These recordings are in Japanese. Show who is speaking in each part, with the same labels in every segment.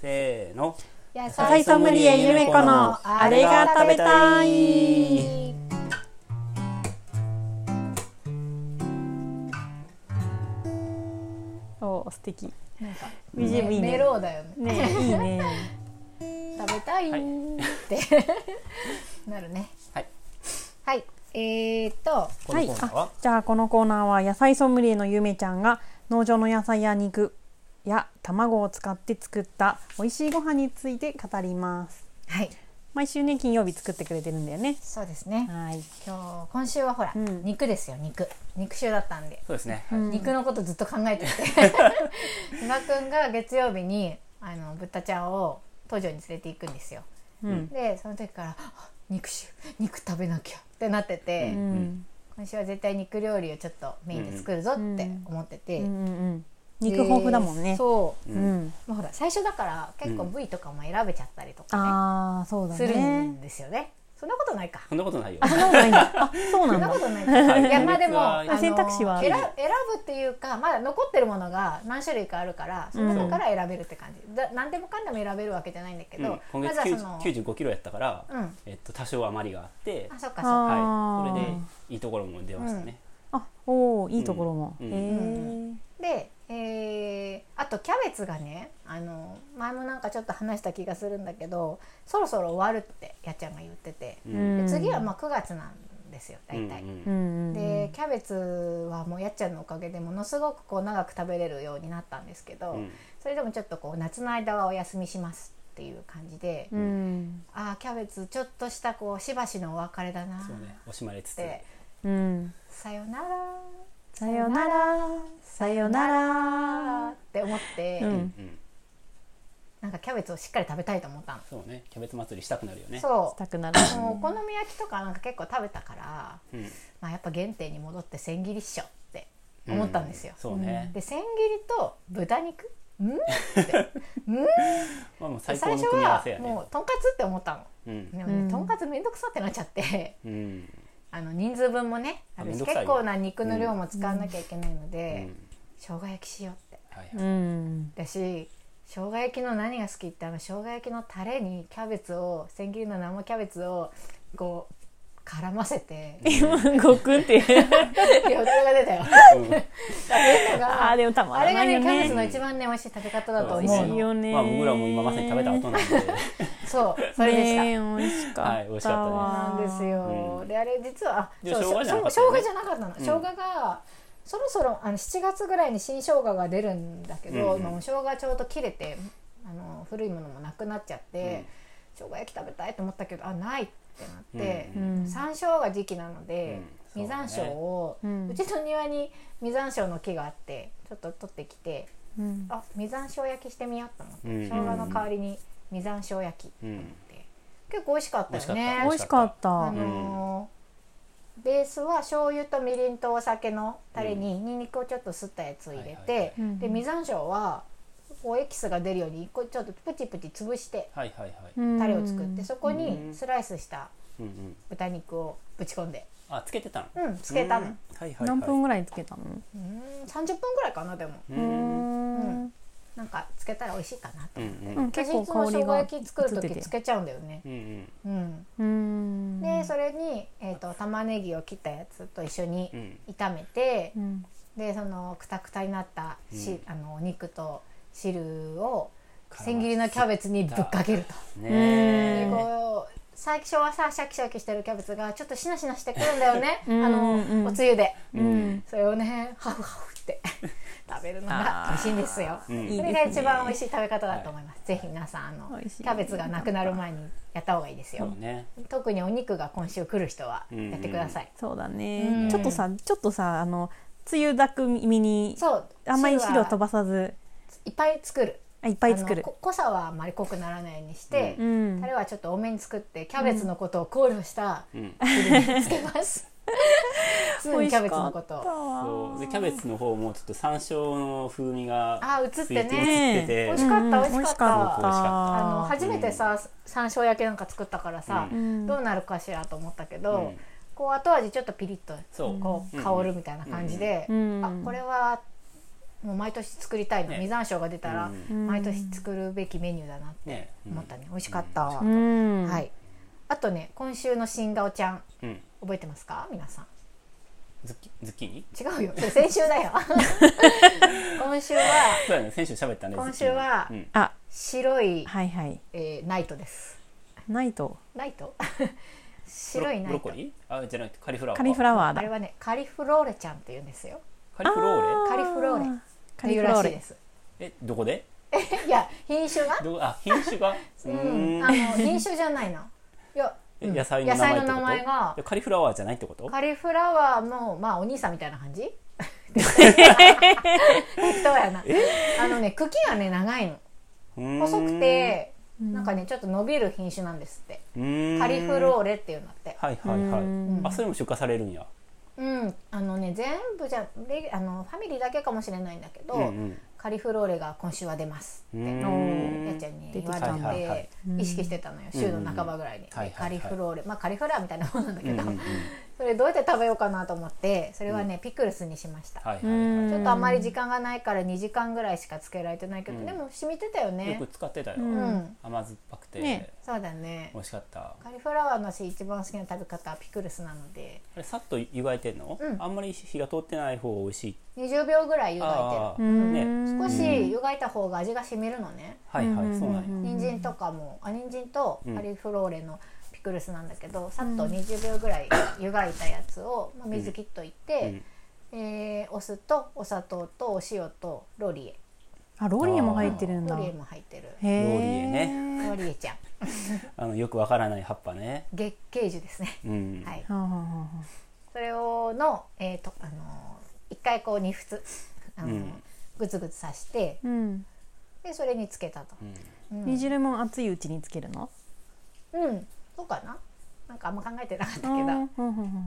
Speaker 1: せーの
Speaker 2: 野
Speaker 1: 菜ソムリエゆめこのあれが食べたい
Speaker 3: おー素敵ね
Speaker 2: なんか
Speaker 3: BGM いいね
Speaker 2: メロウだよね
Speaker 3: いいね
Speaker 2: 食べたい
Speaker 1: はい
Speaker 2: って、 なるね
Speaker 1: はい
Speaker 2: はいえー、っと
Speaker 1: このコーナーは、
Speaker 3: あじゃあこのコーナーは野菜ソムリエのゆめちゃんが農場の野菜や肉や卵を使って作った美味しいご飯について語ります
Speaker 2: はい
Speaker 3: 毎週ね金曜日作ってくれてるんだよね
Speaker 2: そうですね
Speaker 3: はい
Speaker 2: 今日今週はほら、
Speaker 3: うん
Speaker 2: 肉ですよ肉肉週だったんで、
Speaker 1: そうですね、
Speaker 3: うん
Speaker 2: 肉のことずっと考え てて今くんが月曜日にあの豚ちゃんを東條に連れて行くんですよ
Speaker 3: うん
Speaker 2: でその時からあ「肉臭肉食べなきゃ」ってなってて、
Speaker 3: うん
Speaker 2: 今週は絶対肉料理をちょっとメインで作るぞって思ってて、
Speaker 3: うんう
Speaker 2: で
Speaker 3: ん肉豊富だもんね
Speaker 2: そう、
Speaker 1: う
Speaker 3: うんん
Speaker 2: まあ、ほら最初だから結構部位とかも選べちゃったりとか
Speaker 3: ああそう
Speaker 2: ね、
Speaker 3: だ
Speaker 2: する
Speaker 3: ね
Speaker 2: んですよねそんなことないか
Speaker 1: そんなことないよ
Speaker 3: そんなことないんだあそ
Speaker 2: そ
Speaker 3: うなん
Speaker 2: んな
Speaker 3: だ
Speaker 2: ことない
Speaker 1: は
Speaker 2: か。
Speaker 1: い
Speaker 2: いやまあでも
Speaker 1: あ
Speaker 2: あの
Speaker 3: 選択肢はある
Speaker 2: 選選ぶっていうかまだ残ってるものが何種類かあるからその中から選べるって感じ。だ何でもかんでも選べるわけじゃないんだけ
Speaker 1: う
Speaker 2: ど
Speaker 1: ん、今
Speaker 2: ま
Speaker 1: 月
Speaker 2: ずはその
Speaker 1: 9 5キロやったから、
Speaker 2: うん
Speaker 1: えっと、多少余りがあって
Speaker 2: あそっかそっか。
Speaker 3: あ
Speaker 1: はい、それで
Speaker 3: ー
Speaker 1: いいところも出ましたね、
Speaker 3: あおーいいところも
Speaker 1: う
Speaker 3: へ
Speaker 1: ん
Speaker 3: え
Speaker 2: で、えーあとキャベツがねあの前もなんかちょっと話した気がするんだけどそろそろ終わるってやっちゃんが言ってて、
Speaker 1: う
Speaker 3: うん
Speaker 2: で次はまあ9月なんですよ大体。
Speaker 1: うん
Speaker 3: うんうん
Speaker 2: でキャベツはもうやっちゃんのおかげでものすごくこう長く食べれるようになったんですけど、
Speaker 1: うんうん
Speaker 2: それでもちょっとこう夏の間はお休みしますっていう感じで、
Speaker 3: うん
Speaker 2: ああキャベツちょっとしたこうしばしのお別れだなっ
Speaker 1: そうね惜しまれつつ
Speaker 2: て
Speaker 3: うん
Speaker 2: さよなら
Speaker 3: さよならさよなら
Speaker 2: って思って、
Speaker 3: うん
Speaker 1: うん
Speaker 2: なんかキャベツをしっかり食べたいと思ったの、
Speaker 1: そうねキャベツ祭りしたくなるよね
Speaker 2: そ
Speaker 3: したくなる
Speaker 2: うもうお好み焼きとかなんか結構食べたから、
Speaker 1: うん、
Speaker 2: まあ、やっぱ原点に戻って千切りっしょって思ったんですよ、
Speaker 1: そうね、
Speaker 2: で千切りと豚肉ん
Speaker 1: まあ、もう最
Speaker 2: 最
Speaker 1: 高の
Speaker 2: 初
Speaker 1: 組み合わ
Speaker 2: は
Speaker 1: せやね
Speaker 2: もうとんかつって思ったの
Speaker 1: うん
Speaker 2: でもね、
Speaker 3: うん
Speaker 2: とんかつめんどくさってなっちゃって
Speaker 1: うん
Speaker 2: あの人数分もねある
Speaker 1: めん
Speaker 2: し
Speaker 1: どくさい
Speaker 2: 結
Speaker 1: よ
Speaker 2: 構な肉の量も使わなきゃいけないの
Speaker 1: う
Speaker 2: で、
Speaker 1: ん
Speaker 2: 生姜焼きしようって
Speaker 1: はいうはい
Speaker 3: ん
Speaker 2: だし生姜焼きの何が好きってあの生姜焼きのタレにキャベツを千切りの生キャベツをこう絡ま せて
Speaker 3: 今ごくんって
Speaker 2: よだれが出たよ
Speaker 1: うん
Speaker 3: あーでもたま
Speaker 2: あ
Speaker 3: ら
Speaker 2: れが
Speaker 3: ない
Speaker 2: ね
Speaker 3: よ
Speaker 2: キャベツ
Speaker 3: ね
Speaker 2: の一番ね美味しい食べ方だと
Speaker 1: そ
Speaker 2: 思
Speaker 1: で
Speaker 2: う
Speaker 1: す
Speaker 3: 美味しい
Speaker 2: の
Speaker 3: よね
Speaker 1: まあ僕らも今まさに食べた後なんで
Speaker 2: そうそれでした、
Speaker 3: ねえ美味しかった
Speaker 1: はい美味しかったね
Speaker 2: な
Speaker 3: わ
Speaker 2: んですよ、
Speaker 1: うん
Speaker 2: であれ実はあ
Speaker 1: で
Speaker 2: そう
Speaker 1: 生姜じゃなかった
Speaker 2: そう
Speaker 1: よね
Speaker 2: 生姜じゃなかったの、生姜がそろそろあの7月ぐらいに新生姜が出るんだけど、
Speaker 1: うんうん
Speaker 2: 今もう生姜がちょうど切れてあの古いものもなくなっちゃって、生姜焼き食べたいと思ったけどあないってなって、
Speaker 1: うん
Speaker 3: うん
Speaker 2: 山椒が時期なので、
Speaker 1: うん
Speaker 2: 実山椒をう,、
Speaker 3: うん
Speaker 2: ちの庭に実山椒の木があってちょっと取ってきて
Speaker 3: うん
Speaker 2: あ実山椒焼きしてみようと思って、
Speaker 1: うん
Speaker 2: 生姜の代わりに実山椒焼きって
Speaker 1: うん
Speaker 2: 結構美味しかったよ
Speaker 1: 美味しか
Speaker 2: ね
Speaker 1: った
Speaker 3: 美味しかっ
Speaker 2: あ
Speaker 3: た
Speaker 2: のーベースは醤油とみりんとお酒のタレににんにくをちょっとすったやつを入れ
Speaker 1: はいはいはい
Speaker 2: てで実山椒はこうエキスが出るように一個ちょっとプチプチ潰して
Speaker 1: はいはいはい
Speaker 2: タレを作ってそこ
Speaker 1: うん
Speaker 2: にスライスした
Speaker 1: うんうん
Speaker 2: 豚肉をぶち込んで
Speaker 1: あつけてたの
Speaker 2: うんつけたの
Speaker 1: うんはいはいはい
Speaker 3: 何分ぐらいつけたの
Speaker 2: うん30分ぐらいかなでも
Speaker 1: うん
Speaker 3: うん
Speaker 2: なんかつけたら美味しいかなと
Speaker 1: うんう
Speaker 3: うんん
Speaker 2: 私
Speaker 3: 結
Speaker 2: いつも
Speaker 3: 構香
Speaker 2: 生
Speaker 3: り
Speaker 2: 姜
Speaker 3: が
Speaker 2: 焼き作る
Speaker 3: 移って
Speaker 2: 時
Speaker 3: て
Speaker 2: つけちゃうんだよね
Speaker 1: うんうん
Speaker 2: うん
Speaker 3: うん
Speaker 2: でそれにえーと玉ねぎを切ったやつと一緒に
Speaker 1: うん
Speaker 2: 炒めて
Speaker 3: うん
Speaker 2: でそのくたくたになったし、
Speaker 1: うん
Speaker 2: あのお肉と汁を
Speaker 1: 絡ませた
Speaker 2: 千切りのキャベツにぶっかけると。
Speaker 1: ね
Speaker 2: で
Speaker 3: うん
Speaker 2: こう最初はさシャキシャキしてるキャベツがちょっとしなしなしてくるんだよね
Speaker 3: うん
Speaker 2: あの
Speaker 3: うん
Speaker 2: おつゆで
Speaker 1: え
Speaker 3: うん
Speaker 2: それをねハフハフって 食べるのが美味しいんですよ。
Speaker 1: うん
Speaker 3: いい
Speaker 2: それ
Speaker 3: です
Speaker 2: が一
Speaker 3: ね
Speaker 2: 番美味しい食べ方だと思います。ぜひ皆さんあの
Speaker 3: 美
Speaker 2: キ
Speaker 3: 味しい
Speaker 2: ャベツがなくなる前にやった方がいいです
Speaker 1: そう
Speaker 2: よ。
Speaker 1: ね
Speaker 2: 特にお肉が今週来る人はやってください。
Speaker 3: そうだ
Speaker 2: う
Speaker 3: ね
Speaker 2: ん
Speaker 3: ちょっとさちょっとさあの梅雨だくみに
Speaker 2: そう。
Speaker 3: あんまり汁を飛
Speaker 2: ば
Speaker 3: ばさず
Speaker 2: いっぱい作る。
Speaker 3: あいっぱい作る
Speaker 2: あのこ濃さはあまり濃くならないようにして、
Speaker 3: うん
Speaker 2: タレはちょっと多めに作ってキャベツのことを考慮した
Speaker 1: うん
Speaker 2: 汁につけ ます、常にキャベツのことを
Speaker 3: を
Speaker 1: そうでキャベツの方もちょっと山椒の風味が
Speaker 2: あー映っ
Speaker 1: ついて
Speaker 2: てね
Speaker 1: 映ってて
Speaker 2: 美味しかった美味しか
Speaker 1: った
Speaker 2: あの初めてさ、山椒焼きなんか作ったからさ、
Speaker 3: うん
Speaker 2: どうなるかしらと思ったけど、
Speaker 1: うん
Speaker 2: こう後味ちょっとピリッと
Speaker 1: そう
Speaker 2: こう
Speaker 1: うん
Speaker 2: 香るみたいな感じで、
Speaker 3: うん
Speaker 2: あこれはもう毎年作りたいの、
Speaker 1: ね
Speaker 2: 実山椒が出たら、
Speaker 3: うん
Speaker 2: 毎年作るべきメニューだなって
Speaker 1: ね
Speaker 2: 思ったね、美味しかった、
Speaker 1: うん
Speaker 3: うん
Speaker 2: はいあとね今週の新顔ちゃん
Speaker 1: うん
Speaker 2: 覚えてますか皆さん
Speaker 1: ズッキズッキーニ
Speaker 2: 違うよそ れ先週だよ今週は
Speaker 1: そうだね先週喋ったね
Speaker 2: 今週は
Speaker 1: ズッキーニうん
Speaker 3: あ
Speaker 2: 白い、
Speaker 3: はいはい
Speaker 2: えーナイトです
Speaker 3: ないと
Speaker 2: ナイト 白いナ
Speaker 1: ブロ
Speaker 2: イ
Speaker 1: ッコ
Speaker 2: ト
Speaker 1: リーあじゃなくてカリフラワー
Speaker 3: カリフラワー
Speaker 2: あ
Speaker 3: だ
Speaker 2: れはねカリフローレちゃんって言うんですよ
Speaker 1: カリフローレ
Speaker 2: カリフローレ
Speaker 3: あ
Speaker 2: と
Speaker 3: カ
Speaker 2: い
Speaker 3: リ
Speaker 2: う
Speaker 3: フロ
Speaker 2: ら
Speaker 3: ー
Speaker 2: しいで
Speaker 3: レ
Speaker 2: す
Speaker 1: えどこで
Speaker 2: いや品種が
Speaker 1: どこあ品種がう
Speaker 2: うん
Speaker 1: ー
Speaker 2: あ
Speaker 1: ん
Speaker 2: の品種じゃないのいや
Speaker 1: え
Speaker 2: うん
Speaker 1: 野菜の名前ってこ
Speaker 2: 野菜
Speaker 1: と
Speaker 2: の名前が
Speaker 1: カリフラワーじゃないってこと
Speaker 2: カリフラワーもまあお兄さんみたいな感じ 適当やなあのね茎がね長いの細
Speaker 1: 細
Speaker 2: くてなんかねちょっと伸びる品種なんですって
Speaker 1: カ
Speaker 2: カリフローレっていうんだって
Speaker 1: はいはいは
Speaker 3: う
Speaker 1: い
Speaker 3: ん
Speaker 1: あそれも出荷されるんや
Speaker 2: うんあのね全部じゃレあのファミリーだけかもしれないんだけど、
Speaker 1: うん
Speaker 2: カリフローレが今週は出ます
Speaker 1: う
Speaker 2: って
Speaker 1: ん
Speaker 2: やっちゃんに言われたん
Speaker 1: はいはいはい
Speaker 2: で意識してたのよ週の半ばぐらいに、
Speaker 1: はいはいは
Speaker 2: カ
Speaker 1: い
Speaker 2: リフローレまあカリフラワーみたいなもんなんだけ
Speaker 1: うん
Speaker 2: ど、
Speaker 1: うんうん
Speaker 2: それどうやって食べようかなと思ってそれはね、ピクルスにしました、
Speaker 1: はいはい
Speaker 3: うん
Speaker 1: は
Speaker 2: ちょっとあんまり時間がないから2時間ぐらいしかつけられてないけど、
Speaker 1: うん
Speaker 2: でも染みてたよ
Speaker 1: いよ
Speaker 2: ね
Speaker 1: く使ってたよ
Speaker 3: う
Speaker 2: うんん
Speaker 1: 甘酸っぱくて
Speaker 3: ね
Speaker 2: そうだね
Speaker 1: 美味しかった
Speaker 2: カリフラワーの私一番好きな食べ方はピクルスなので
Speaker 1: あれさっと湯がいてんの
Speaker 2: うん
Speaker 1: あんまり火が通ってない方が美味しい
Speaker 2: 20秒ぐらい湯が
Speaker 1: あ
Speaker 3: う
Speaker 1: ー
Speaker 3: ん
Speaker 1: ね
Speaker 2: いてる少
Speaker 1: う
Speaker 2: し
Speaker 1: ん
Speaker 2: 湯がいた方が味が染みるのね
Speaker 1: はいは
Speaker 3: うん
Speaker 1: いそうなん
Speaker 3: うん
Speaker 1: や
Speaker 2: 人参とかもあ人参と
Speaker 1: うん
Speaker 2: カリフローレのピクルスなんだけどさっと20秒ぐらい湯がいたやつを、まあ、水切っといて、えーお酢とお砂糖とお塩とローリエ
Speaker 3: あローリエも入ってるんだ
Speaker 2: ローリエ
Speaker 3: へ
Speaker 2: も入ってる
Speaker 3: え
Speaker 1: ローリエね
Speaker 2: ローリエちゃん
Speaker 1: あのよくわからない葉っぱね
Speaker 2: 月桂樹ですね、
Speaker 1: うん
Speaker 2: はい
Speaker 3: はあはあはあ
Speaker 2: それをの、えーとあのー一回こう二つあのー、
Speaker 1: うん
Speaker 2: グツグツ刺して
Speaker 3: うん
Speaker 2: でそれにつけたと
Speaker 1: うん
Speaker 2: うん、
Speaker 3: 煮汁も熱いうちにつけるの
Speaker 2: うんそうかななんかあんま考えてなかったけ
Speaker 3: だ
Speaker 2: ど、うん
Speaker 3: うんうんう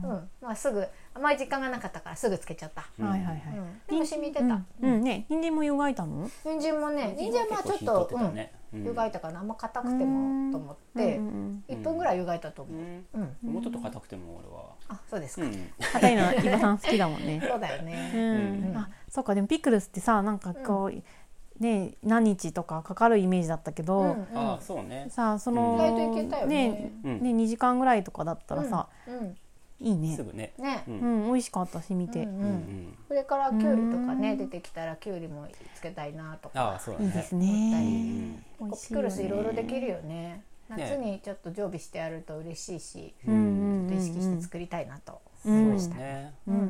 Speaker 3: んは
Speaker 2: まあすぐあんまり時間がなかったからすぐつけちゃった、
Speaker 3: いはいはい
Speaker 2: うん、でも染みてた、
Speaker 3: うんうんね人参も湯がいたの
Speaker 2: 人参もね人参はまあちょっ
Speaker 1: 結構
Speaker 2: と
Speaker 1: 火通てたね
Speaker 2: うん、湯がいたからあんま硬くてもと思って、
Speaker 3: うんうんうん
Speaker 2: 一1分ぐらい湯がいたと思
Speaker 1: う
Speaker 2: う、
Speaker 1: ん
Speaker 2: うん
Speaker 1: もうちょっと硬くても俺は
Speaker 2: あそうです
Speaker 1: う
Speaker 2: か、
Speaker 1: ん
Speaker 3: 硬いの伊庭さん好きだもんね
Speaker 2: そうだよね、
Speaker 3: うん
Speaker 2: うん
Speaker 3: あそっかでもピクルスってさなんかこうね何日とかかかるイメージだったけ
Speaker 2: うんう
Speaker 3: ど
Speaker 2: ん、
Speaker 1: ああそうね
Speaker 3: さあそ
Speaker 1: うん
Speaker 3: の
Speaker 2: 意外といけたよね
Speaker 3: ね
Speaker 1: うん
Speaker 3: ね2時間ぐらいとかだったらさ
Speaker 2: うん
Speaker 3: いい
Speaker 1: す
Speaker 3: ね
Speaker 1: ぐね
Speaker 2: うん、ね、
Speaker 1: うん
Speaker 3: うん美味しかったし見
Speaker 2: う
Speaker 3: て
Speaker 2: ん
Speaker 1: う
Speaker 2: うん
Speaker 1: うんん
Speaker 2: それからきゅうりとかね、
Speaker 3: うん
Speaker 2: 出てきたらきゅうりもつけたいなと
Speaker 1: あ
Speaker 2: か
Speaker 1: あそうだ
Speaker 3: い
Speaker 1: ね
Speaker 3: いです
Speaker 1: うんう
Speaker 3: ね
Speaker 1: ん
Speaker 3: 美味し
Speaker 2: ピク
Speaker 3: よね
Speaker 2: ルスいろいろできるよね
Speaker 1: ね
Speaker 2: 夏にちょっと常備してやると嬉しいし、
Speaker 3: うんうん
Speaker 2: ちょっと
Speaker 3: うん
Speaker 2: 意識して作りたいなと、
Speaker 3: うん
Speaker 1: そうですね
Speaker 3: うんう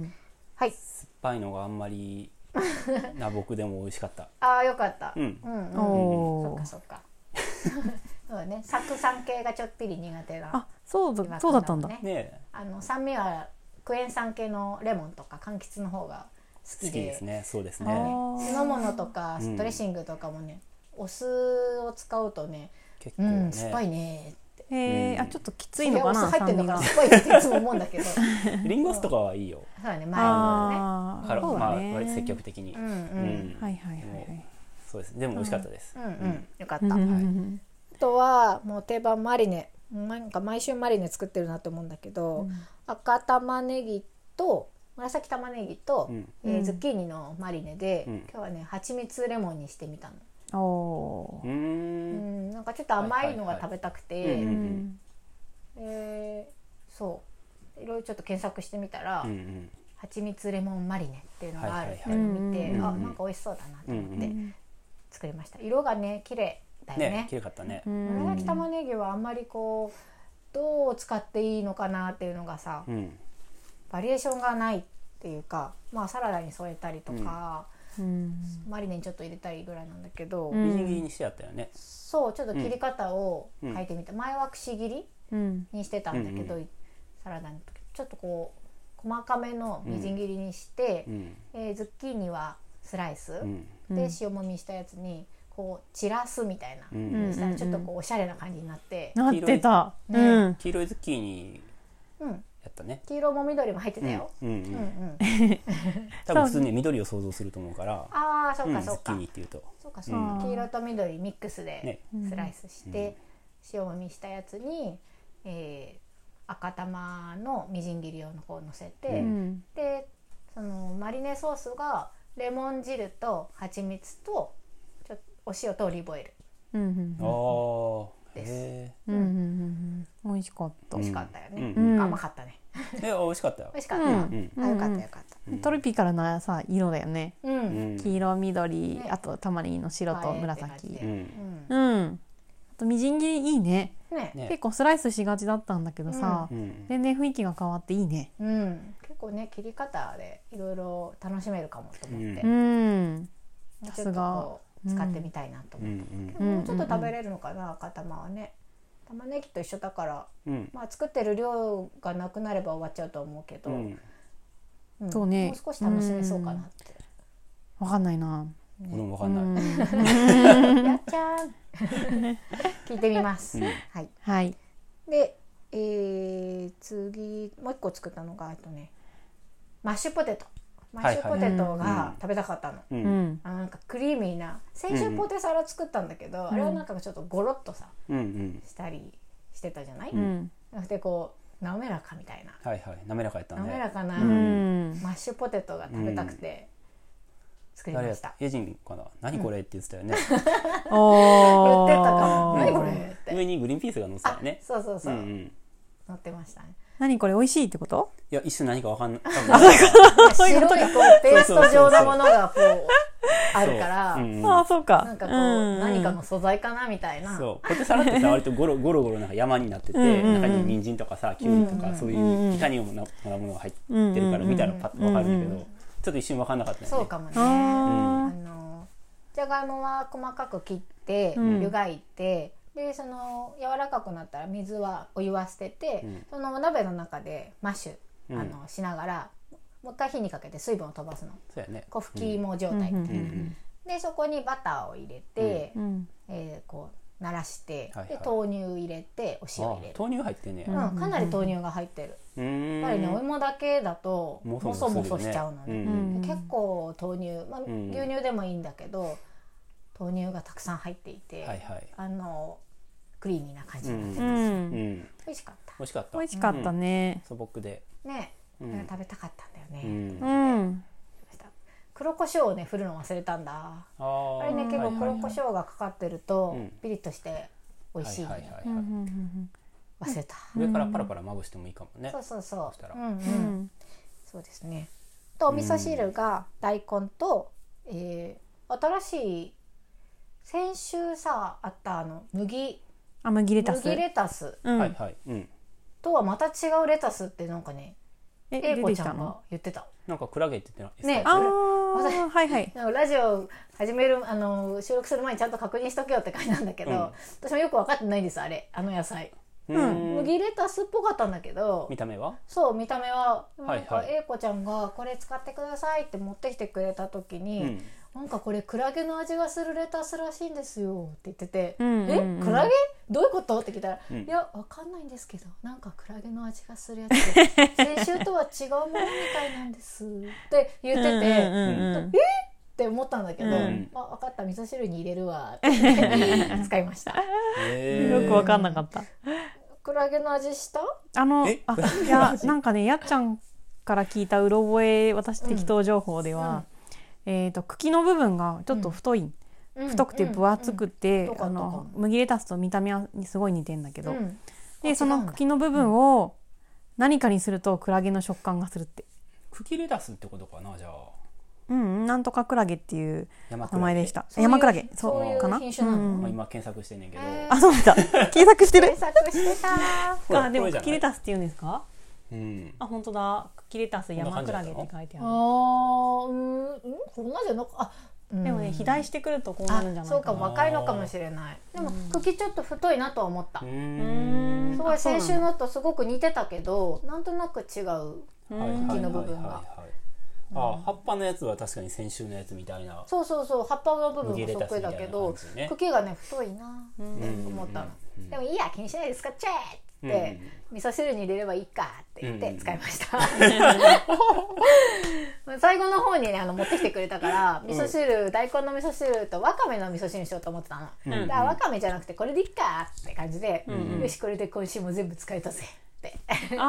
Speaker 3: ん
Speaker 2: はい
Speaker 1: 酸っぱいのがあんま りな僕でも美味しかった
Speaker 2: ああよかった、
Speaker 1: うん
Speaker 2: うん
Speaker 3: うん
Speaker 2: うんそ
Speaker 3: お
Speaker 2: っ
Speaker 3: お
Speaker 2: かそっか そうだね酢酸系がちょっぴり苦手な
Speaker 3: あそうだそうだったんだ
Speaker 2: 岩君もね
Speaker 1: ね
Speaker 2: あの酸味はクエン酸系のレモンとか柑橘の方が好
Speaker 1: 好き
Speaker 2: きで
Speaker 1: ですねそうです
Speaker 3: あ
Speaker 1: ね
Speaker 3: ー
Speaker 2: 酢の物とか
Speaker 1: うん
Speaker 2: ドレッシングとかもね、お酢を使うとね
Speaker 1: 結構
Speaker 2: う
Speaker 1: ね
Speaker 2: ん、酸っぱいね
Speaker 3: へえ、
Speaker 1: うん
Speaker 3: あちょっときついのか
Speaker 2: それ
Speaker 3: な
Speaker 2: お酢入って
Speaker 3: 酸
Speaker 2: んの
Speaker 3: 味
Speaker 2: かな。酸っ
Speaker 3: が
Speaker 2: ぱいっていつも思うんだけ ど。そう
Speaker 1: リンゴ酢とかはいいよ
Speaker 2: だね、前のね。
Speaker 3: あ
Speaker 1: か
Speaker 3: あ
Speaker 1: ら
Speaker 3: そう
Speaker 1: ま
Speaker 3: だ
Speaker 1: あ
Speaker 3: ね、
Speaker 1: 割と積極的に
Speaker 2: うんうん。
Speaker 1: ん
Speaker 3: はいはいはいは
Speaker 1: で
Speaker 3: い
Speaker 1: もそうですでも美味しかったです
Speaker 2: うんうん。よかっ
Speaker 3: う
Speaker 2: た。
Speaker 3: んうんう
Speaker 2: あ
Speaker 3: ん
Speaker 2: とはもう定番マリネ。なんか毎週マリネ作ってるなと思うんだけど、赤玉ねぎと紫玉ねぎと
Speaker 1: う、ん
Speaker 2: えー
Speaker 3: うん
Speaker 2: ズッキーニのマリネで、
Speaker 1: うん
Speaker 2: 今日はね蜂蜜レモンにしてみたの。
Speaker 3: うんお
Speaker 1: う
Speaker 3: ー
Speaker 2: うんん、なんかちょっと甘いの
Speaker 1: はいはい
Speaker 2: が
Speaker 1: はい
Speaker 2: 食べたく
Speaker 1: うんう
Speaker 2: て、
Speaker 1: ん
Speaker 2: えーそう。いろいろちょっと検索してみたら
Speaker 1: うんう、ん
Speaker 2: 蜂蜜レモンマリネっていうのがあるっていうのを見て、
Speaker 3: はい
Speaker 1: はいはい
Speaker 2: あ
Speaker 1: うん
Speaker 2: なんか美味しそうだなと思っ
Speaker 1: う
Speaker 2: て
Speaker 3: ん
Speaker 2: 作りました、色がね綺麗だよね
Speaker 1: ね綺麗かったね
Speaker 3: うん
Speaker 2: 紫玉ねぎはあんまりこうどう使っていいのかなっていうのがさ
Speaker 1: うん
Speaker 2: バリエーションがないっていうかまあサラダに添えたりとか、
Speaker 3: うん
Speaker 2: マリネにちょっと入れたりぐらいなんだけど、
Speaker 3: うん
Speaker 1: みじん切りにしてあったよね
Speaker 2: そうちょっと切り方を
Speaker 1: うん
Speaker 2: 変えてみた、前はくし切り
Speaker 3: うん
Speaker 2: にしてたんだけど、
Speaker 1: うん
Speaker 2: サラダの時ちょっとこう細かめのみじん切りにして
Speaker 1: う、ん
Speaker 2: えーズッキーニはスライス、
Speaker 1: うん
Speaker 2: で塩もみしたやつにこう散らすみたいな、
Speaker 1: うん
Speaker 2: そしたらちょっとこうおしゃれな感じになって、
Speaker 3: なってた、
Speaker 2: ね
Speaker 3: うん
Speaker 1: 黄色いズッキーニ
Speaker 2: うん、
Speaker 1: やったね
Speaker 2: 黄色も緑も入ってたよ、
Speaker 1: うんう
Speaker 2: うんうん
Speaker 1: ん多
Speaker 3: そう
Speaker 1: 分普通に緑を想像すると思うから
Speaker 2: ああそううんか
Speaker 1: ズ
Speaker 2: そう
Speaker 1: ッキ
Speaker 2: か、
Speaker 1: ーニっていうと
Speaker 2: そうかそうか、
Speaker 3: うん
Speaker 2: 黄色と緑ミックスで
Speaker 1: ね
Speaker 2: スライスして、塩もみしたやつに、えー赤玉のみじん切りをこう乗せて、
Speaker 1: うん
Speaker 3: うん
Speaker 2: でそのマリネソースがレモン汁と蜂蜜とちょっとお塩とオリーブオイル
Speaker 3: うんうん
Speaker 1: あー
Speaker 2: です
Speaker 1: へ
Speaker 3: うんうんうんうん美味しかった。
Speaker 1: う
Speaker 2: 美
Speaker 1: ん
Speaker 2: 味しかったよね、
Speaker 1: うん
Speaker 3: うん
Speaker 2: 甘かったね
Speaker 1: え美味しかったよ
Speaker 2: 美味しかった、
Speaker 3: うん
Speaker 1: うん
Speaker 2: あよかったよかった
Speaker 1: うん
Speaker 3: トロピカルなさ色だよね。
Speaker 2: うん、う
Speaker 1: うんん
Speaker 3: 黄色、緑
Speaker 2: ね、
Speaker 3: あと玉ねぎの白と
Speaker 2: 映えって
Speaker 3: 紫
Speaker 2: 感じ。
Speaker 1: う
Speaker 2: で
Speaker 1: ん
Speaker 3: うん。あとみじん切りいいね。
Speaker 2: ね
Speaker 1: ね
Speaker 3: 結構スライスしがちだったんだけどさ、
Speaker 1: うん
Speaker 3: 全然雰囲気が変わっていいね。
Speaker 2: うん、結構ね切り方でいろいろ楽しめるかもと思って、
Speaker 1: う
Speaker 3: う
Speaker 2: も
Speaker 3: ん。
Speaker 2: うちょっとこう
Speaker 3: さすが
Speaker 2: 使ってみたいなと
Speaker 1: う
Speaker 2: 思って、
Speaker 1: ん
Speaker 3: うん
Speaker 2: もうちょっと食べれるのかな赤玉はね玉ねぎと一緒だから、
Speaker 1: うん
Speaker 2: まあ、作ってる量がなくなれば終わっちゃうと思うけど、
Speaker 1: うん
Speaker 2: うん
Speaker 3: そうね
Speaker 2: もう少し楽しめそうかなって、
Speaker 3: わかんないな。
Speaker 1: 俺もわかんない
Speaker 3: うん
Speaker 2: やっちゃーん 聞いてみます、
Speaker 1: うん
Speaker 2: はい
Speaker 3: はい。
Speaker 2: で、えー次もう一個作ったのがあとねマッシュポテトマッシュポテ
Speaker 1: は
Speaker 2: ト
Speaker 1: いはい
Speaker 2: が食べたかったの、
Speaker 1: う
Speaker 3: うんん。
Speaker 2: あなんかクリーミーな先週ポテサラ作ったんだけど、あれはなんかちょっとゴロっとさ
Speaker 1: うんうん
Speaker 2: したりしてたじゃない、
Speaker 3: う
Speaker 2: じ
Speaker 3: ん。
Speaker 2: ゃなくてこう滑らかみたいな
Speaker 1: はいはい滑らかやったね
Speaker 2: 滑らかな
Speaker 1: う
Speaker 3: う
Speaker 1: ん
Speaker 3: ん。
Speaker 2: マッシュポテトが食べたくて作りま
Speaker 1: 誰やっ
Speaker 2: した、
Speaker 1: たエジンかな何これって言ってたよね
Speaker 3: お
Speaker 2: 言
Speaker 3: ー
Speaker 2: ってたかも
Speaker 1: うん
Speaker 2: 何これって、
Speaker 1: 上にグリーンピースが乗ってた
Speaker 2: あ
Speaker 1: よね
Speaker 2: そうそう
Speaker 1: う
Speaker 2: そう、
Speaker 1: んうん
Speaker 2: 乗ってましたね
Speaker 3: 何これ美味しいってこと？
Speaker 1: いや一瞬何かわかんない
Speaker 2: 白いこうペースト状のものがこうあるから
Speaker 1: そううんうん
Speaker 3: ああそうか。
Speaker 2: なんかこう、
Speaker 3: ん
Speaker 2: 何かの。素材かなみたいな
Speaker 1: そうポテサラってさ割とゴロゴロゴロなんか山になってて
Speaker 3: うんうんうん
Speaker 1: 中に人参とかさきゅうりとかそういういかにもななものが入ってるか
Speaker 3: うんうん
Speaker 1: ら
Speaker 3: うん
Speaker 1: 見たらパッとわかるんだけ
Speaker 3: うん
Speaker 1: どちょっと一瞬わかんなかったよね
Speaker 2: そうかもねあ
Speaker 3: あ
Speaker 2: のじゃがいもは細かく切って、
Speaker 3: うん
Speaker 2: 湯がいてでその柔らかくなったら水はお湯は捨てて、
Speaker 1: うん
Speaker 2: そのお鍋の中でマッシュ
Speaker 1: うん
Speaker 2: あのしながら、もう一回火にかけて水分を飛ばすの
Speaker 1: そうやね
Speaker 2: 粉吹き芋状態、
Speaker 3: うん
Speaker 1: うんうん
Speaker 2: でそこにバターを入れて、
Speaker 3: あ。うん。
Speaker 2: えーこう慣らして、
Speaker 1: はいはい
Speaker 2: で豆乳入れてお塩
Speaker 1: あ
Speaker 2: 入れる、
Speaker 1: 豆乳入ってんね
Speaker 3: ん
Speaker 2: うん、かなり豆乳が入ってる、
Speaker 1: うーん
Speaker 2: やっぱりねお芋だけだともそもそしちゃうのね、
Speaker 1: ん
Speaker 3: うん
Speaker 2: 結構豆乳、まあ、
Speaker 1: ん
Speaker 2: 牛乳でもいいんだけど豆乳がたくさん入っていて、
Speaker 1: はいはい
Speaker 2: あのクリーミーな感じになって
Speaker 3: う
Speaker 2: ま
Speaker 1: う
Speaker 2: す、
Speaker 1: ん
Speaker 3: ん。
Speaker 1: 美
Speaker 2: 美味しかった
Speaker 1: 味しかった
Speaker 3: 美味しかったね。
Speaker 1: 素朴で
Speaker 2: ね、
Speaker 1: うん
Speaker 2: これ食べたかったんだよね、
Speaker 1: うん
Speaker 3: うん。
Speaker 2: 黒胡椒をね振るの忘れたんだ
Speaker 1: あ
Speaker 2: あ
Speaker 1: ー
Speaker 2: れね結構黒
Speaker 1: はいはい
Speaker 2: 胡
Speaker 1: はい
Speaker 2: 椒がかかってると
Speaker 1: うん
Speaker 2: ピリッとして美味しいの
Speaker 1: は
Speaker 2: よ、
Speaker 1: いはい
Speaker 3: うんう
Speaker 1: はい
Speaker 3: ん
Speaker 2: 忘れた、
Speaker 1: 上からパラパラまぶしてもいいかもね
Speaker 2: そうそうそう
Speaker 1: そしたら
Speaker 2: うんうん
Speaker 3: うんうん。
Speaker 2: そうですね。とお味噌汁が大根と、えー新しい先週さあったあの麦
Speaker 3: あ麦レタス。
Speaker 2: 麦レタス
Speaker 3: うん
Speaker 1: はいはいうん
Speaker 2: とはまた違うレタスってなんかね
Speaker 3: え
Speaker 2: 英
Speaker 3: 出
Speaker 2: 子
Speaker 3: て
Speaker 2: ち
Speaker 3: き
Speaker 2: ゃ
Speaker 3: た
Speaker 2: ん
Speaker 3: の
Speaker 2: が？言ってた。
Speaker 1: なんかクラゲって言ってない
Speaker 2: ね
Speaker 3: あ
Speaker 2: 私
Speaker 3: あはいはい。
Speaker 2: なんかラジオ始めるあの収録する前にちゃんと確認しとけよって感じなんだけど、
Speaker 1: うん
Speaker 2: 私もよく分かってないんですあれあの野菜、
Speaker 1: うーん
Speaker 2: 麦レタスっぽかったんだけど
Speaker 1: 見た目は
Speaker 2: そう見た目は
Speaker 1: は
Speaker 2: ないんか
Speaker 1: はい
Speaker 2: 英子ちゃんがこれ使ってくださいって持ってきてくれた時に、
Speaker 1: うん
Speaker 2: なんかこれクラゲの味がするレタスらしいんですよって言ってて「
Speaker 3: うんうんうん
Speaker 2: えクラゲどういうこと?」って聞いたら「
Speaker 1: うん
Speaker 2: いやわかんないんですけどなんかクラゲの味がするやつ先週とは違うものみたいなんです」って言ってて、
Speaker 3: うんうんうんう
Speaker 2: っ
Speaker 3: ん
Speaker 2: て思ったんだけど「
Speaker 3: うん
Speaker 2: あ分かった味噌汁に入れるわ」って言って使いました
Speaker 1: へー
Speaker 3: よくわかんなかった。
Speaker 2: クラゲの味した
Speaker 3: あの
Speaker 1: え
Speaker 3: あいやなんかねやっちゃんから聞いたうろ覚え私
Speaker 2: うん
Speaker 3: 適当情報では、えっ、と茎の部分がちょっと太い、太くて分厚くて、
Speaker 2: うんうんうんど
Speaker 3: あ
Speaker 2: こど
Speaker 3: の
Speaker 2: こ
Speaker 3: 麦レタスと見た目はすごい似てんだけ
Speaker 2: う
Speaker 3: ど、
Speaker 2: んうん
Speaker 3: でそ
Speaker 2: あ違う
Speaker 3: の
Speaker 2: んだ
Speaker 3: 茎の部分を何かにするとクラゲの食感がするって、
Speaker 1: 茎レタスってことかなじゃあ
Speaker 3: うんうん、なんとかクラゲっていう
Speaker 1: 山
Speaker 3: 名前でした
Speaker 2: そういう
Speaker 3: 山クラゲそう
Speaker 2: そういう
Speaker 3: かな
Speaker 2: 品種なの
Speaker 3: うんうん
Speaker 1: まあ今検索してんねんけど
Speaker 2: へー
Speaker 3: あそうだ検索してる
Speaker 2: 検索してた
Speaker 1: ほら
Speaker 3: あで
Speaker 1: こ
Speaker 3: も
Speaker 1: れじゃない
Speaker 3: 茎レタスって言うんですか
Speaker 1: うん
Speaker 3: あ本当だ茎レタス山クラゲって書いて
Speaker 2: あ
Speaker 3: ある
Speaker 2: ーうんうんこんなじゃなくあ、うん
Speaker 3: でもね肥大してくるとこうな
Speaker 2: あ
Speaker 3: るんじゃないか
Speaker 2: そ
Speaker 3: な
Speaker 2: うかも若いのかもしれないでも茎ちょっと太いなとは思った
Speaker 1: う、
Speaker 3: う
Speaker 1: ーん
Speaker 3: ーん
Speaker 2: すごい先週
Speaker 3: の
Speaker 2: のとすごく似てたけどなんとなく違う
Speaker 1: はいはい
Speaker 2: 茎の部分が
Speaker 1: はいはいはいあ葉っぱのやつは確かに先週のやつみたいな
Speaker 2: そうそうそう葉っぱの部分
Speaker 1: 麦レ
Speaker 2: も
Speaker 1: タ
Speaker 2: そっ
Speaker 1: ス
Speaker 2: く
Speaker 1: み
Speaker 2: り
Speaker 1: たい
Speaker 2: だ
Speaker 1: な
Speaker 2: け
Speaker 1: 感
Speaker 2: ど
Speaker 1: じね
Speaker 2: 茎がね太いなって思ったの、
Speaker 1: うん
Speaker 2: でもいいや気にしないで使っちゃえって、味噌汁に入れればいいかって言っ
Speaker 1: う
Speaker 2: て
Speaker 1: ん
Speaker 2: 使いました、 最後の方にねあの持ってきてくれたから味噌汁、大根の味噌汁とわかめの味噌汁にしようと思ってたの、
Speaker 1: うん
Speaker 2: だからわかめじゃなくてこれでいいかって感じで、
Speaker 1: ん
Speaker 2: よしこれで今週も全部使えたぜって
Speaker 3: あ
Speaker 2: はいはい
Speaker 3: あ、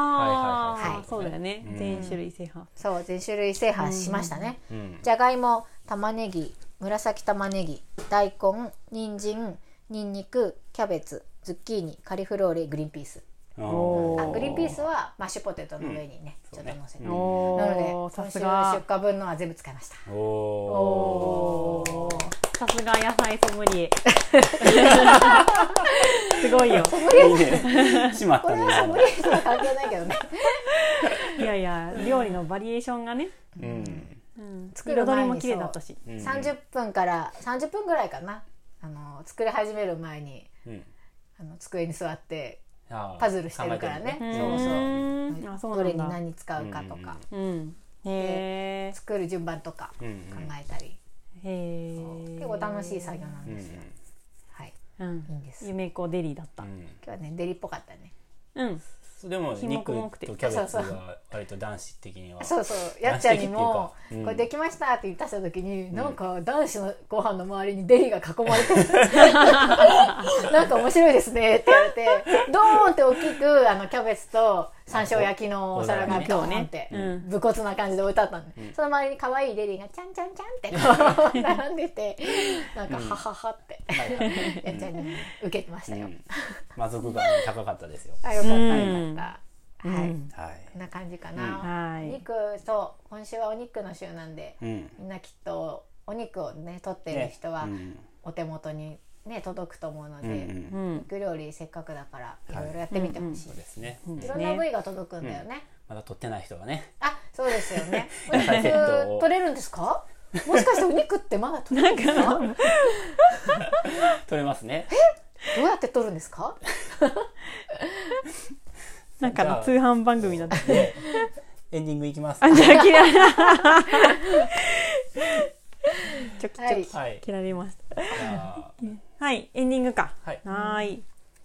Speaker 2: はいはい
Speaker 3: そうだよね、
Speaker 1: うん
Speaker 3: 全種類制覇
Speaker 2: そう全種類制覇しましたね、
Speaker 1: うん
Speaker 2: じゃがいも玉ねぎ紫玉ねぎ大根人参にんにくキャベツズッキーニカリフローレグリーンピース
Speaker 1: あ
Speaker 3: お
Speaker 2: あ
Speaker 1: ー
Speaker 2: グリーンピースはマッシュポテトの上にね、
Speaker 1: うん
Speaker 2: ちょっと乗せて、
Speaker 1: そうね
Speaker 3: お
Speaker 2: なので
Speaker 3: お
Speaker 2: 今
Speaker 3: さ
Speaker 2: 週
Speaker 3: す
Speaker 2: 出
Speaker 3: が
Speaker 2: 荷分のは全部使いました
Speaker 1: お
Speaker 3: お
Speaker 1: お
Speaker 3: ーさすが野菜ソムリエすごいよ
Speaker 1: いいねしまっ
Speaker 2: こ
Speaker 1: た
Speaker 2: れ
Speaker 1: ね
Speaker 2: はソムリエとは関係ないけど ね
Speaker 3: いやいや料理のバリエーションがね、
Speaker 1: うん
Speaker 3: うん、
Speaker 2: 作る前に
Speaker 3: 彩りも綺麗だったし
Speaker 1: うん
Speaker 2: 30分から30分ぐらいかなあの作り始める前に
Speaker 1: うん
Speaker 2: あの机に座って
Speaker 1: あー
Speaker 2: パズルしてるからね
Speaker 1: 考えて
Speaker 2: そうそう
Speaker 3: ーんあそう
Speaker 2: ど
Speaker 3: な
Speaker 2: れ
Speaker 3: ん
Speaker 2: に
Speaker 3: だ
Speaker 2: 何使うかとか、
Speaker 3: うんへー
Speaker 2: 作る順番とか
Speaker 1: う
Speaker 2: 考
Speaker 1: んうん
Speaker 2: えたり、
Speaker 3: へー
Speaker 2: 結構楽しい作業なん
Speaker 1: うん
Speaker 2: ですよ、はい
Speaker 3: うん
Speaker 2: いいんです今
Speaker 3: 夢子デリだった
Speaker 1: うん
Speaker 2: 日はねデリっぽかったね
Speaker 3: うん
Speaker 1: うんでも
Speaker 3: ひもくもく
Speaker 1: 肉
Speaker 3: て
Speaker 1: とキャベツ
Speaker 2: そうそ
Speaker 1: は割と男子的には
Speaker 2: そうそうやっちゃんにも
Speaker 1: っ
Speaker 2: 「
Speaker 1: ていうかうん
Speaker 2: これできました」って言ったした時に、なんか男子のご飯の周りにデリが囲まれ て「なんか面白いですね」って言われてドーンって大きくあのキャベツと山椒焼きのお皿がドーンって
Speaker 3: お皿ねうん
Speaker 2: 武骨な感じで置いてあったの、その周りに可愛いデリが「ちゃんちゃんちゃん」ってこ う並んでてなんか「ははは」って
Speaker 1: はいはい
Speaker 2: やっちゃんに受けてました
Speaker 1: う
Speaker 2: よ。
Speaker 1: ん満足感高かったですよ
Speaker 2: あよかった
Speaker 3: うん
Speaker 2: よかった。はい、
Speaker 3: うん
Speaker 1: はい
Speaker 2: こんな感じか
Speaker 1: うん
Speaker 2: な。
Speaker 3: はい
Speaker 2: 肉そう今週はお肉の週なんで、
Speaker 1: うん
Speaker 2: みんなきっとお肉をね取ってる人は
Speaker 1: うん
Speaker 2: お手元にね届くと思うので、
Speaker 1: うんう
Speaker 3: うんん
Speaker 2: 肉料理せっかくだからい
Speaker 1: はい
Speaker 2: ろいろやってみてほしい。
Speaker 1: そうですね
Speaker 3: うん
Speaker 2: いろんな部位が届くんだよね。
Speaker 1: まだ取ってない人はね
Speaker 2: あそうですよね。お
Speaker 1: 野菜セット
Speaker 2: 肉
Speaker 1: を
Speaker 2: 取れるんですか？もしかしてお肉ってまだ取れるんですか？ど
Speaker 1: 取れますね
Speaker 2: うやって取るんですか？
Speaker 3: なんかの通販番組だった
Speaker 1: ねエンディングいきます
Speaker 3: あじゃあ切られちょきちょき、
Speaker 2: はい。
Speaker 1: はい
Speaker 3: 切られまし
Speaker 1: じゃ
Speaker 3: たはいエンディングか
Speaker 1: はい
Speaker 3: はーい
Speaker 2: い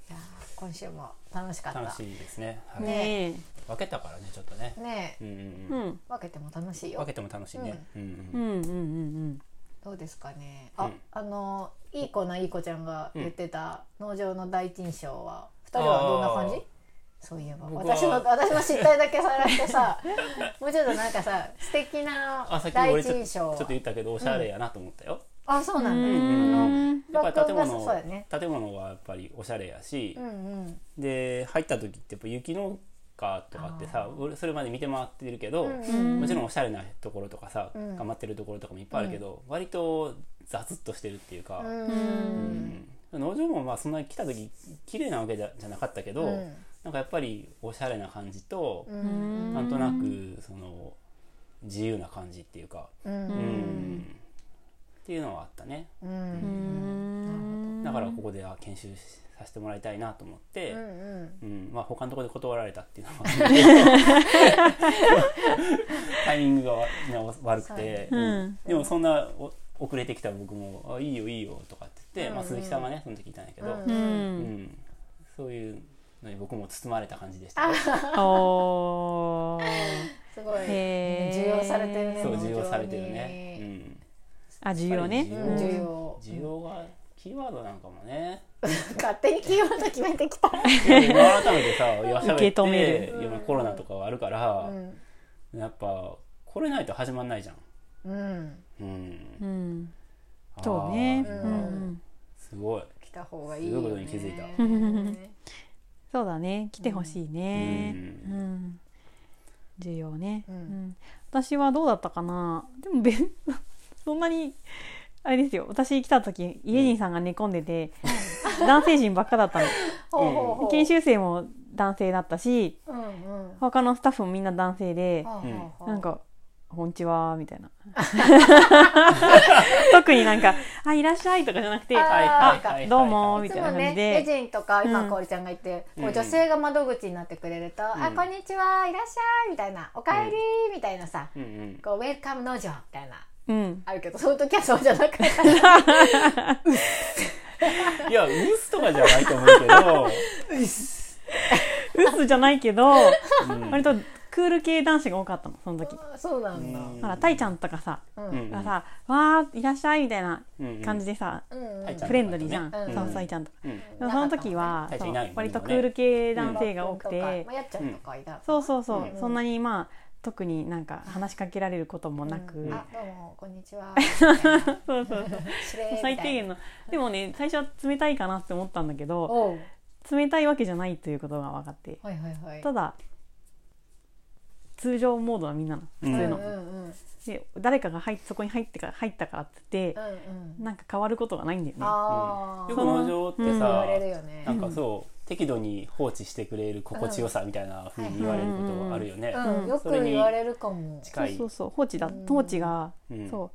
Speaker 2: やー今週も楽しかっ
Speaker 1: あ
Speaker 2: た。
Speaker 1: 楽しいですねはい
Speaker 3: ね
Speaker 1: 分けたからねちょっとね
Speaker 2: ねえ
Speaker 1: うん
Speaker 3: えう
Speaker 1: うんうん
Speaker 3: ん
Speaker 2: 分けても楽しいよ
Speaker 1: 分。けても楽しいねうんうん
Speaker 3: うんうんうん
Speaker 2: どうですかね。
Speaker 1: う
Speaker 2: あ、
Speaker 1: ん
Speaker 2: あのいい子ないい子ちゃんが言ってた農場の第一印象は、二人はどんな感
Speaker 1: あ
Speaker 2: じ
Speaker 1: ー？
Speaker 2: そういえば
Speaker 1: 僕は
Speaker 2: 私の私の失態だけさらしてさ、もうちょっとなんかさ素敵
Speaker 1: あ
Speaker 2: な
Speaker 1: さっき
Speaker 2: 第
Speaker 1: 俺
Speaker 2: 一
Speaker 1: ちょっと
Speaker 2: 印
Speaker 1: ちょ
Speaker 2: 象
Speaker 1: っと言ったけどおしゃれやなと思ったよ
Speaker 2: あ、そうなんだ。
Speaker 3: う
Speaker 2: あの
Speaker 3: ん
Speaker 1: やっぱり建
Speaker 2: バック
Speaker 1: 物
Speaker 2: がそうだよね
Speaker 1: 建物はやっぱりおしゃれやし
Speaker 2: うんうん
Speaker 1: で入った時ってやっぱ雪の家とかってさ俺それまで見て回ってるけど、
Speaker 2: うんう
Speaker 1: もちろんおしゃれなところとかさ、
Speaker 2: ん
Speaker 1: 頑張ってるところとかもいっぱいあるけど、割と雑っとしてるっていうか、
Speaker 2: うん
Speaker 1: うん農場もまあそんなに来た時綺麗なわけじゃじゃなかったけど、
Speaker 2: うん
Speaker 1: なんかやっぱりおしゃれな感じと
Speaker 2: う、
Speaker 3: うんん
Speaker 1: なんとなくその自由な感じっていうか、う
Speaker 2: う
Speaker 1: んんっていうのはあったね
Speaker 2: うんうん
Speaker 3: う
Speaker 1: だ
Speaker 3: ん
Speaker 1: からここでは研修しさせてもらいたいなと思って。
Speaker 2: うん
Speaker 1: うん、まあ他のところで断られたっていうのもあるんだ けどタイミングがわ悪くて、
Speaker 3: そうね
Speaker 1: う
Speaker 3: うん
Speaker 1: んでもそんなお遅れてきた僕も「あいいよいいよ」とかって言って、まあ、
Speaker 2: うんうん
Speaker 1: 鈴木さんがねその時いたんやけど、
Speaker 2: うん
Speaker 3: う
Speaker 1: うん
Speaker 3: ん
Speaker 1: そういうのに僕も包まれた感じでしたよ
Speaker 3: おー
Speaker 2: すごい
Speaker 3: へー
Speaker 2: 需要されてるね。
Speaker 1: そう
Speaker 2: 農場
Speaker 1: 需
Speaker 2: に
Speaker 1: 要されてるね、うん、
Speaker 3: あ需要ね
Speaker 1: やっぱり
Speaker 2: うん需要。
Speaker 1: 需要がキーワードなんかもね
Speaker 2: 勝手にキーワード決めてきた。
Speaker 1: いや今改めてさいやしゃべっ
Speaker 3: 受け止め
Speaker 1: て今コロナとかはあるから
Speaker 2: う、ん
Speaker 1: やっぱこれないと始まんないじゃん、
Speaker 2: うん。
Speaker 1: うん
Speaker 3: うんそうね
Speaker 1: あ
Speaker 3: う
Speaker 1: ー
Speaker 3: ん
Speaker 1: すごい。
Speaker 2: 来た方がいい
Speaker 1: すごいことに気づいた
Speaker 2: ね
Speaker 3: そうだね来てほしいね
Speaker 1: う
Speaker 3: うん需要ね
Speaker 2: うん
Speaker 3: うん私はどうだったかなでもべ そんなにあれですよ私来た時家人さんが寝込んでて男性陣ばっかだったの
Speaker 2: ほうほうほう
Speaker 3: 研修生も男性だったし
Speaker 2: うんうん
Speaker 3: 他のスタッフもみんな男性でなんか「こんにちは」みたいな 特になんか「あいらっしゃい」とかじゃなくて
Speaker 2: あ
Speaker 3: 「
Speaker 1: はいはいはいはい
Speaker 3: どうも」
Speaker 2: い
Speaker 3: み
Speaker 2: つ
Speaker 3: たいな
Speaker 2: も
Speaker 3: 感
Speaker 2: ね
Speaker 3: じ
Speaker 2: レ
Speaker 3: で
Speaker 2: ジンとか今
Speaker 3: うん
Speaker 2: 香織ちゃんがいて、
Speaker 1: うん
Speaker 2: こう女性が窓口になってくれると「あこんにちはいらっしゃい」みたいな「おかえり」みたいなさ
Speaker 1: うんうん
Speaker 2: 「こうウェルカム農場」みたいな
Speaker 3: うん
Speaker 2: あるけどその時はそうじゃなかった
Speaker 1: いや、ウースとかじゃないと思うけど、
Speaker 3: 「うっす」じゃないけど
Speaker 1: うん
Speaker 3: 割と空クール系男子が多かったのその時
Speaker 2: あそうなんだ。
Speaker 3: ほらたいちゃんとかさ
Speaker 2: う
Speaker 1: うん
Speaker 2: ん。
Speaker 3: がさ「わあいらっしゃい」みたいな感じでさ、
Speaker 2: うん。
Speaker 1: はいちゃん
Speaker 3: フレンドリーじゃん、
Speaker 1: うん
Speaker 3: そうそうたいちゃんとか、
Speaker 1: うん
Speaker 3: でもその時は、
Speaker 1: たいちゃんいないもんね
Speaker 3: そう割とクール系男性が多くて、
Speaker 2: まあ、やっちゃんとかいた。
Speaker 3: そうそうそう、
Speaker 2: うん
Speaker 3: そんなにまあ特になんか話しかけられることもなく、
Speaker 2: う
Speaker 1: うんん
Speaker 2: あ、どうも、こんにち は。
Speaker 3: そうそうそう
Speaker 2: 失礼みたい
Speaker 3: 最
Speaker 2: な
Speaker 3: 低限のでもね最初は冷たいかなって思ったんだけど
Speaker 2: おう。
Speaker 3: 冷たいわけじゃないということが分かって
Speaker 2: はいはいはい。
Speaker 3: ただ通常モードはみんなの普
Speaker 1: うん
Speaker 3: 通の、
Speaker 2: うんうんうん。
Speaker 3: で誰かが入っそこに入ってから入ったからっつって
Speaker 2: う、んうん。
Speaker 3: なんか変わることがないんだよね
Speaker 2: あ
Speaker 1: よ
Speaker 2: あ。
Speaker 1: く
Speaker 2: よく
Speaker 1: 農場って
Speaker 2: 言わ
Speaker 1: さ、
Speaker 2: れるよね
Speaker 1: な。んかそう適度に放置してくれる心地よさみたいな風に言われることがあるよね。
Speaker 2: うん、よく
Speaker 1: それに
Speaker 2: 言われるかも。
Speaker 1: 近い。
Speaker 3: そううそう放置だ
Speaker 2: うん
Speaker 3: 放置が、
Speaker 1: ん
Speaker 3: そ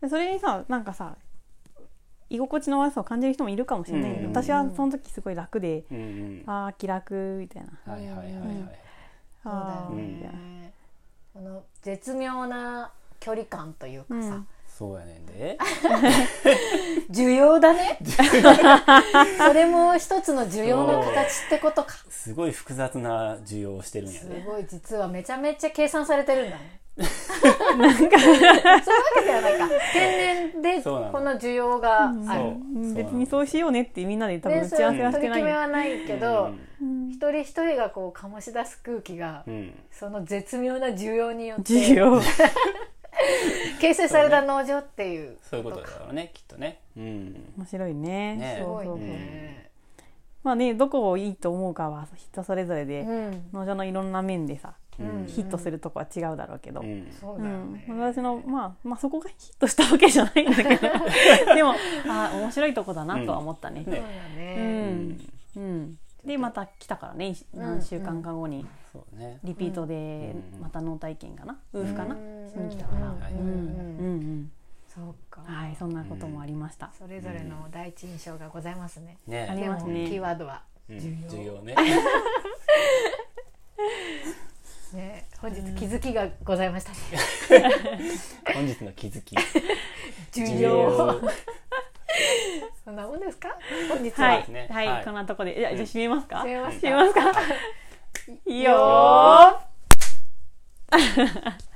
Speaker 3: うでそれにさなんかさ居心地の悪さを感じる人もいるかもしれないけど、
Speaker 1: うん
Speaker 3: 私はその時すごい楽で、
Speaker 1: うんうん。
Speaker 3: ああ気楽みたいな
Speaker 1: はいはいはいはい。
Speaker 2: そうだよ
Speaker 3: あーみたいな
Speaker 2: ね。この絶妙な距離感というかさ、
Speaker 1: そうやねんで。
Speaker 2: 需要だね。 それも一つの需要の形ってことか。
Speaker 1: すごい複雑な需要をしてるんや
Speaker 2: す
Speaker 1: ね。
Speaker 2: ごい実はめちゃめちゃ計算されてるんだね。なん かそういうわけではないか。天然で
Speaker 1: そうなの
Speaker 2: この需要があ
Speaker 1: そう
Speaker 2: る。
Speaker 3: うん別にそうしようねってみんなで多分
Speaker 2: で
Speaker 3: 打
Speaker 2: そ
Speaker 3: ち
Speaker 2: れは
Speaker 3: 合わせは
Speaker 2: 取り
Speaker 3: してな
Speaker 2: 決
Speaker 3: い
Speaker 2: めはないけ
Speaker 1: うん
Speaker 2: ど、
Speaker 3: うん
Speaker 2: 一人一人がこう醸し出す空気が
Speaker 1: うん。
Speaker 2: その絶妙な需要によっ
Speaker 3: 授
Speaker 2: て
Speaker 3: 業
Speaker 2: 形成された農場っていう
Speaker 1: そういうことだろうね、きっとね。うん。
Speaker 3: 面白いね
Speaker 1: ね
Speaker 2: す
Speaker 3: そ
Speaker 2: ご
Speaker 3: う
Speaker 2: い
Speaker 3: そう
Speaker 2: ね。
Speaker 3: まあねどこをいいと思うかは人それぞれ
Speaker 2: う
Speaker 3: で、
Speaker 2: ん。
Speaker 3: 農場のいろんな面でさ、
Speaker 1: うん
Speaker 3: ヒットするとこは違うだろうけど、
Speaker 1: うん。
Speaker 2: そう
Speaker 3: う
Speaker 2: だよ
Speaker 3: ん
Speaker 2: ね、。
Speaker 3: 私の、まあ、まあそこがヒットしたわけじゃないんだけどでもあー面白いとこだなとは思ったね。
Speaker 2: そう
Speaker 1: ね
Speaker 2: だ
Speaker 3: う
Speaker 2: ね。
Speaker 3: んうん、でまた来たからねい
Speaker 2: ん
Speaker 3: 何週間か後に
Speaker 1: そうね。
Speaker 3: リピートで
Speaker 1: うん
Speaker 3: また脳体験かな夫婦かな
Speaker 2: うん
Speaker 3: しに来たから。
Speaker 1: はい
Speaker 3: うんうん
Speaker 2: そうか
Speaker 3: うん、。はいそんなこともありました。
Speaker 2: それぞれの第一印象がございますね。
Speaker 1: ね
Speaker 3: あり
Speaker 2: で
Speaker 3: ま
Speaker 2: も
Speaker 3: すね
Speaker 2: キーワードは
Speaker 1: うん
Speaker 2: 需要
Speaker 1: 需要ね。
Speaker 2: ね、本日気づきがございましたね。
Speaker 1: 本日の気づき。
Speaker 2: 重
Speaker 1: 需
Speaker 2: 要。
Speaker 1: 要。
Speaker 2: そんなもんですか。本日
Speaker 3: は
Speaker 1: そう
Speaker 2: は
Speaker 1: で。すね
Speaker 3: い、はい
Speaker 1: はい
Speaker 3: こんなとこでじゃあじゃあ閉めますか。
Speaker 2: 閉めますか
Speaker 3: 閉めますか。いいよー。
Speaker 2: よー